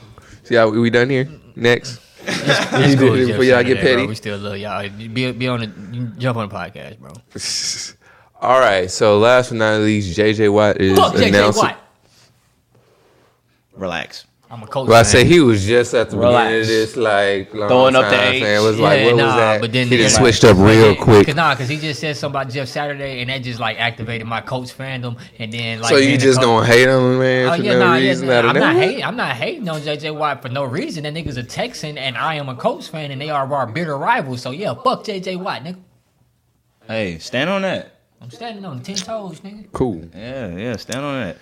Speaker 3: See how we we done here? Next,
Speaker 2: It's cool, Jeff
Speaker 3: before y'all get
Speaker 2: Saturday, bro.
Speaker 3: petty.
Speaker 2: We still love y'all. Be, be on the jump on the podcast, bro.
Speaker 3: All right. So last but not least, JJ Watt is
Speaker 2: Fuck JJ
Speaker 3: announced.
Speaker 2: Watt.
Speaker 1: Relax.
Speaker 2: I'm a coach.
Speaker 3: Well, I
Speaker 2: man.
Speaker 3: say he was just at the beginning
Speaker 1: Relax.
Speaker 3: of this, like long
Speaker 1: Throwing up the
Speaker 3: time,
Speaker 1: H.
Speaker 3: man. It was like,
Speaker 2: Yeah,
Speaker 3: what was
Speaker 2: nah,
Speaker 3: that?
Speaker 2: but then
Speaker 3: he
Speaker 2: they
Speaker 3: just
Speaker 2: like-
Speaker 3: switched up real quick.
Speaker 2: Cause nah, cause he just said something about Jeff Saturday, and that just like activated my coach fandom, and then like
Speaker 3: So you
Speaker 2: being a
Speaker 3: just
Speaker 2: coach-
Speaker 3: gonna hate him, man,
Speaker 2: Oh
Speaker 3: for
Speaker 2: yeah,
Speaker 3: no
Speaker 2: nah, yeah,
Speaker 3: reason?
Speaker 2: nah,
Speaker 3: out of
Speaker 2: I'm not
Speaker 3: nowhere?
Speaker 2: hating. I'm not hating on JJ Watt for no reason. That nigga's a Texan, and I am a Colts fan, and they are our bitter rivals. So yeah, fuck JJ Watt, nigga.
Speaker 1: Hey, stand on that.
Speaker 2: I'm standing on ten toes, nigga.
Speaker 3: Cool.
Speaker 1: Yeah, yeah, stand on that.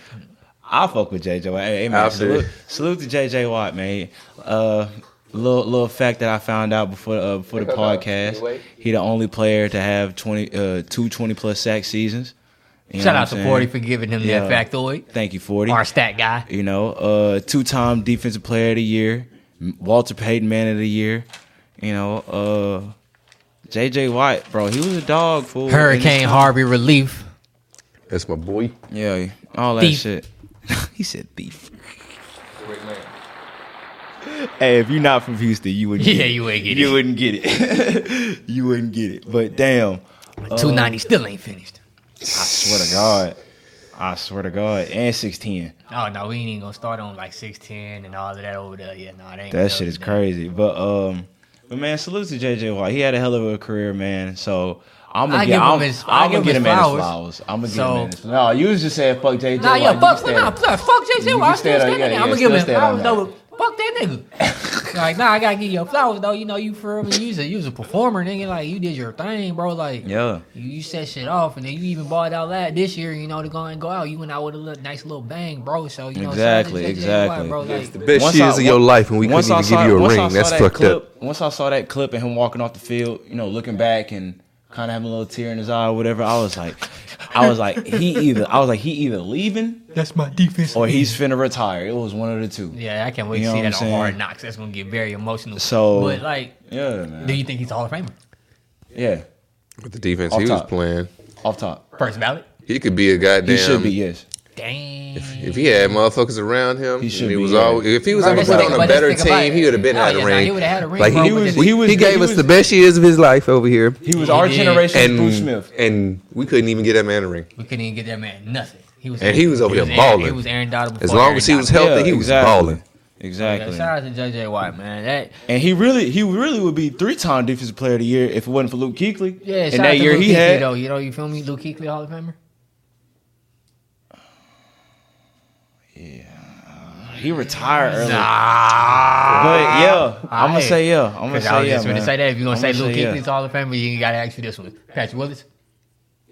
Speaker 1: I fuck with JJ Watt. Hey, hey,
Speaker 3: I
Speaker 1: man,
Speaker 3: do.
Speaker 1: salute, salute to JJ Watt, man. Uh, little little fact that I found out before uh, before the
Speaker 3: Check out the-
Speaker 1: podcast.
Speaker 3: anyway.
Speaker 1: He the only player to have 20, uh, two 20 plus sack seasons. You know
Speaker 2: Shout
Speaker 1: what I'm
Speaker 2: out to
Speaker 1: saying?
Speaker 2: Forty for giving him
Speaker 1: Yeah.
Speaker 2: that factoid.
Speaker 1: Thank you, forty.
Speaker 2: Our stat guy.
Speaker 1: You know, uh, two-time defensive player of the year, M- Walter Payton man of the year. You know, uh, J.J. White, bro, he was a dog fool.
Speaker 2: Hurricane Harvey relief.
Speaker 3: That's my boy.
Speaker 1: yeah, all that
Speaker 2: Thief.
Speaker 1: shit. he said thief. Hey, if you're not from Houston, you wouldn't.
Speaker 2: Yeah,
Speaker 1: get it.
Speaker 2: you ain't get
Speaker 1: You
Speaker 2: it.
Speaker 1: wouldn't get it. you wouldn't get it. But damn,
Speaker 2: Two ninety
Speaker 1: Oh.
Speaker 2: still ain't finished.
Speaker 1: I swear to God, I swear to God, and sixteen.
Speaker 2: Oh no, we ain't even gonna start on like six ten and all of that over there. Yeah, no, nah, that ain't.
Speaker 1: That shit is crazy. But um, But man, salute to JJ Watt. He had a hell of a career, man. So I'm gonna
Speaker 2: I give
Speaker 1: get
Speaker 2: him
Speaker 1: I'm,
Speaker 2: his- I
Speaker 1: I'm gonna
Speaker 2: give him
Speaker 1: get
Speaker 2: his
Speaker 1: him at his
Speaker 2: flowers.
Speaker 1: flowers. I'm gonna
Speaker 2: So-
Speaker 1: get him at his No, you was just saying fuck JJ
Speaker 2: Nah, yeah,
Speaker 1: Watt.
Speaker 2: fuck,
Speaker 1: you
Speaker 2: nah, nah, fuck
Speaker 1: You
Speaker 2: JJ.
Speaker 1: can
Speaker 2: Watt. I
Speaker 1: stand
Speaker 2: still
Speaker 1: on-
Speaker 2: stand
Speaker 1: yeah,
Speaker 2: there. I'm
Speaker 1: yeah,
Speaker 2: gonna give
Speaker 1: still
Speaker 2: him
Speaker 1: stand on
Speaker 2: flowers though. Fuck that nigga. like, nah, I gotta give you flowers though. You know, you for real, you was a you was a performer, nigga. Like, you did your thing, bro. Like,
Speaker 1: Yeah.
Speaker 2: you, you set shit off, and then you even bought out last this year. You know, to go and go out, you went out with a little, nice little bang, bro. So you know, shout out to
Speaker 1: Exactly,
Speaker 2: JJ Watt,
Speaker 1: exactly.
Speaker 2: bro. Like,
Speaker 3: Best
Speaker 1: Once
Speaker 3: years
Speaker 1: I-
Speaker 3: of your life, and we couldn't
Speaker 1: Once I
Speaker 3: even
Speaker 1: saw-
Speaker 3: give you a
Speaker 1: once I
Speaker 3: ring.
Speaker 1: saw
Speaker 3: That's
Speaker 1: that
Speaker 3: fucked
Speaker 1: clip,
Speaker 3: up.
Speaker 1: Once I saw that clip and him walking off the field, you know, looking back and kind of having a little tear in his eye or whatever, I was like, I was like, he either, I was like, he either leaving
Speaker 2: that's my defense.
Speaker 1: or he's finna retire. It was one of the two.
Speaker 2: Yeah, I can't
Speaker 1: Oh,
Speaker 2: wait
Speaker 1: You
Speaker 2: to
Speaker 1: know
Speaker 2: see
Speaker 1: what I'm
Speaker 2: that on
Speaker 1: saying?
Speaker 2: Hard Knocks. That's gonna get very emotional.
Speaker 1: So-
Speaker 2: but like,
Speaker 1: Yeah,
Speaker 2: do
Speaker 1: man.
Speaker 2: you think he's a Hall of Famer?
Speaker 1: Yeah,
Speaker 3: With the defense
Speaker 1: Off
Speaker 3: he was
Speaker 1: top.
Speaker 3: playing,
Speaker 1: off top.
Speaker 2: First ballot.
Speaker 3: he could be a goddamn.
Speaker 1: He should be yes.
Speaker 2: Damn.
Speaker 3: If he had motherfuckers around him,
Speaker 1: He
Speaker 3: and
Speaker 1: should be,
Speaker 3: he was
Speaker 1: yeah.
Speaker 3: always, if he was
Speaker 2: Bro,
Speaker 3: ever
Speaker 2: let's
Speaker 3: put
Speaker 2: think
Speaker 3: on a
Speaker 2: about- let's
Speaker 3: better
Speaker 2: think about
Speaker 3: team,
Speaker 2: it.
Speaker 3: he would have been
Speaker 2: Nah,
Speaker 3: out of
Speaker 2: yeah, nah,
Speaker 3: ring.
Speaker 2: he would've had a ring,
Speaker 3: Like
Speaker 2: bro,
Speaker 3: he,
Speaker 2: but
Speaker 3: was,
Speaker 2: the-
Speaker 3: he,
Speaker 1: was-
Speaker 3: he gave us
Speaker 1: was-
Speaker 3: the best years of his life over here,
Speaker 1: He was
Speaker 2: He
Speaker 1: our
Speaker 2: did.
Speaker 1: generation
Speaker 3: and
Speaker 1: Bruce Smith.
Speaker 3: and we couldn't even get that man a ring.
Speaker 2: We couldn't even get that man nothing. He was
Speaker 3: And he was over there balling.
Speaker 2: Aaron, it was Aaron Donald.
Speaker 3: As
Speaker 2: before
Speaker 3: long
Speaker 2: Aaron
Speaker 3: as he was
Speaker 2: Donald.
Speaker 3: healthy, he was balling.
Speaker 1: Exactly.
Speaker 2: Yeah, shout out to JJ Watt, man. That
Speaker 1: And he really, he really would be three-time defensive player of the year if it wasn't for Luke Kuechly.
Speaker 2: yeah, shout
Speaker 1: and
Speaker 2: out
Speaker 1: that
Speaker 2: to
Speaker 1: year
Speaker 2: Luke
Speaker 1: he
Speaker 2: Kuechly,
Speaker 1: had.
Speaker 2: though. You know, you feel me? Luke Kuechly Hall of Famer.
Speaker 1: He retired early. Ah.
Speaker 2: Nah,
Speaker 1: But
Speaker 2: Ah.
Speaker 1: yeah, I'm gonna
Speaker 2: Aight.
Speaker 1: say yeah. I'm gonna
Speaker 2: Because I
Speaker 1: say
Speaker 2: was
Speaker 1: yeah,
Speaker 2: just gonna
Speaker 1: man.
Speaker 2: say that if you're gonna
Speaker 1: I'm
Speaker 2: say
Speaker 1: gonna
Speaker 2: Luke
Speaker 1: say yeah.
Speaker 2: Kuechly's Hall of Famer, you gotta ask you this one: Patrick Willis.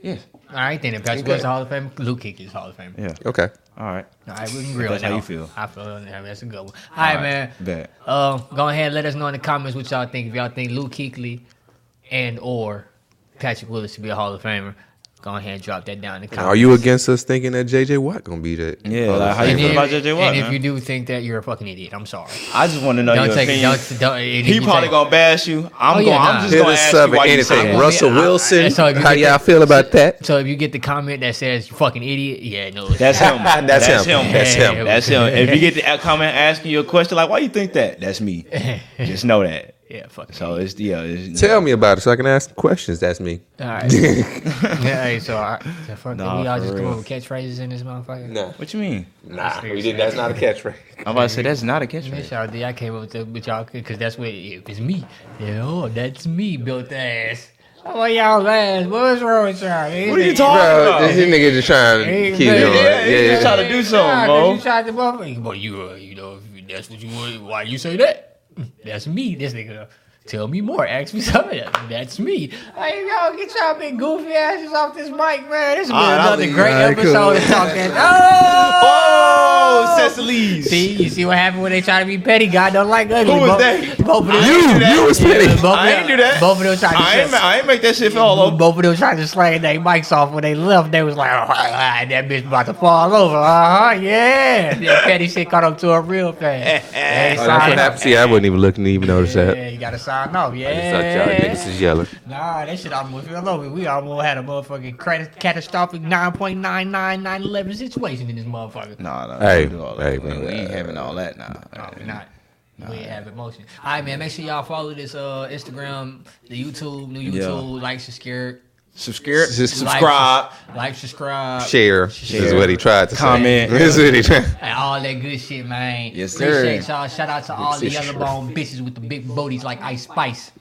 Speaker 1: Yes.
Speaker 2: All right, then if Patrick
Speaker 3: Okay.
Speaker 2: Willis is Hall of Famer, Luke Kuechly's Hall of Famer.
Speaker 1: Yeah.
Speaker 3: Okay,
Speaker 1: All right.
Speaker 2: All right, we can grill
Speaker 1: That's how
Speaker 2: now.
Speaker 1: you feel.
Speaker 2: I feel I mean, that's a good one. All right,
Speaker 1: All right,
Speaker 2: man.
Speaker 1: bet.
Speaker 2: Uh, go ahead, let us know in the comments what y'all think. If y'all think Luke Kuechly and or Patrick Willis should be a Hall of Famer, go ahead and drop that down in the comments.
Speaker 3: are you against us thinking that JJ Watt gonna be that?
Speaker 1: Yeah,
Speaker 3: Oh,
Speaker 1: like, how you
Speaker 2: And,
Speaker 1: feel
Speaker 2: if,
Speaker 1: about JJ Watt,
Speaker 2: and if
Speaker 1: man?
Speaker 2: you do think that, you're a fucking idiot. I'm sorry.
Speaker 1: I just want to know
Speaker 2: Don't
Speaker 1: your
Speaker 2: take it.
Speaker 1: opinion.
Speaker 2: Don't, don't, and
Speaker 1: he
Speaker 2: you
Speaker 1: probably
Speaker 2: take-
Speaker 1: gonna bash you. I'm
Speaker 2: Oh,
Speaker 1: going.
Speaker 2: yeah,
Speaker 1: I'm
Speaker 2: nah.
Speaker 1: just
Speaker 3: Hit
Speaker 1: gonna
Speaker 3: us
Speaker 1: ask
Speaker 3: up
Speaker 1: you why
Speaker 3: at
Speaker 1: you
Speaker 3: anything.
Speaker 1: say
Speaker 2: I-
Speaker 1: that.
Speaker 3: Russell
Speaker 2: I-
Speaker 3: Wilson,
Speaker 2: I- so if you
Speaker 3: how
Speaker 2: get
Speaker 3: y'all
Speaker 2: the-
Speaker 3: feel about that?
Speaker 2: So if you get the comment that says you fucking idiot, yeah, no, it's
Speaker 1: That's him.
Speaker 3: That's him. That's
Speaker 2: him.
Speaker 1: That's him. If you get the comment asking you a question like, "Why you think that?" That's me. Just know that.
Speaker 2: yeah, fuck.
Speaker 1: So it's yeah. It's,
Speaker 3: Tell me about it so I can ask questions. That's me.
Speaker 2: All right. yeah, hey, so I, so fuck,
Speaker 1: Nah,
Speaker 2: we all
Speaker 1: for
Speaker 2: just come
Speaker 1: real.
Speaker 2: up with catchphrases in this motherfucker.
Speaker 3: No,
Speaker 1: What you mean?
Speaker 3: nah, we did. That's not a catchphrase.
Speaker 1: I'm about to say that's not a
Speaker 2: Man,
Speaker 1: catchphrase.
Speaker 2: shout out to y'all came up with, that- with y'all because that's what if it's me. Yeah, oh, that's me built ass. Oh, y'all ass. What's wrong with y'all?
Speaker 1: What are you
Speaker 3: Bro,
Speaker 1: talking about?
Speaker 3: this nigga just trying
Speaker 2: Hey,
Speaker 3: to keep it
Speaker 2: man.
Speaker 3: on.
Speaker 1: Yeah, he
Speaker 3: Yeah, Oh,
Speaker 1: just
Speaker 3: yeah.
Speaker 1: trying to do something, bro.
Speaker 2: You tried to motherfucker. But you, uh, you know, if that's what you want. Why you say that? That's me. This nigga. uh, Tell me more. Ask me something. That's me. Hey, y'all, get y'all big goofy asses off this mic, man. This has been
Speaker 1: All right, I'll
Speaker 2: another
Speaker 1: leave.
Speaker 2: great
Speaker 3: All right,
Speaker 2: episode
Speaker 3: cool.
Speaker 2: of Talk That. Oh!
Speaker 1: Oh, Cecily's.
Speaker 2: See, you see what happened when they try to be petty. God don't like ugly.
Speaker 1: Who was
Speaker 2: Both-
Speaker 1: that?
Speaker 2: Both of them.
Speaker 3: You, you was petty.
Speaker 2: Both of
Speaker 1: I
Speaker 2: them-
Speaker 1: ain't do that.
Speaker 2: Both of them tried to.
Speaker 1: I ain't.
Speaker 2: shut-
Speaker 1: I ain't make that shit fall over.
Speaker 2: both of them tried to slang their mics off when they left. They was like, "Oh, ah, that bitch about to fall over. Uh huh, yeah. That petty shit caught up to her real fast. Hey,
Speaker 3: Oh, that's what
Speaker 2: sign
Speaker 3: happened. See, I wouldn't even look and even notice that.
Speaker 2: Yeah, you gotta sign off.
Speaker 3: I just thought y'all niggas
Speaker 2: Yeah.
Speaker 3: is yelling.
Speaker 2: Nah, that shit almost fell over. We almost had a motherfucking crat- catastrophic 9.99911 situation in this motherfucker.
Speaker 1: Nah, nah.
Speaker 3: Hey,
Speaker 1: don't do all that.
Speaker 3: hey, man.
Speaker 1: we ain't having all that now.
Speaker 2: No, we're not. Oh, We have emotion. All right, man. Make sure y'all follow this uh, Instagram, the YouTube, new
Speaker 1: Yeah.
Speaker 2: YouTube, like, subscribe,
Speaker 1: Subscribe.
Speaker 2: like,
Speaker 1: Subscribe.
Speaker 2: sus- like, subscribe,
Speaker 3: Share, is what he tried to
Speaker 1: Comment.
Speaker 3: Say. This is what he tried.
Speaker 2: and all that good shit, man.
Speaker 1: Yes, sir.
Speaker 2: Appreciate y'all. Shout out to all the
Speaker 3: Yes,
Speaker 2: yellow
Speaker 3: sir.
Speaker 2: bone bitches with the big booties like Ice Spice.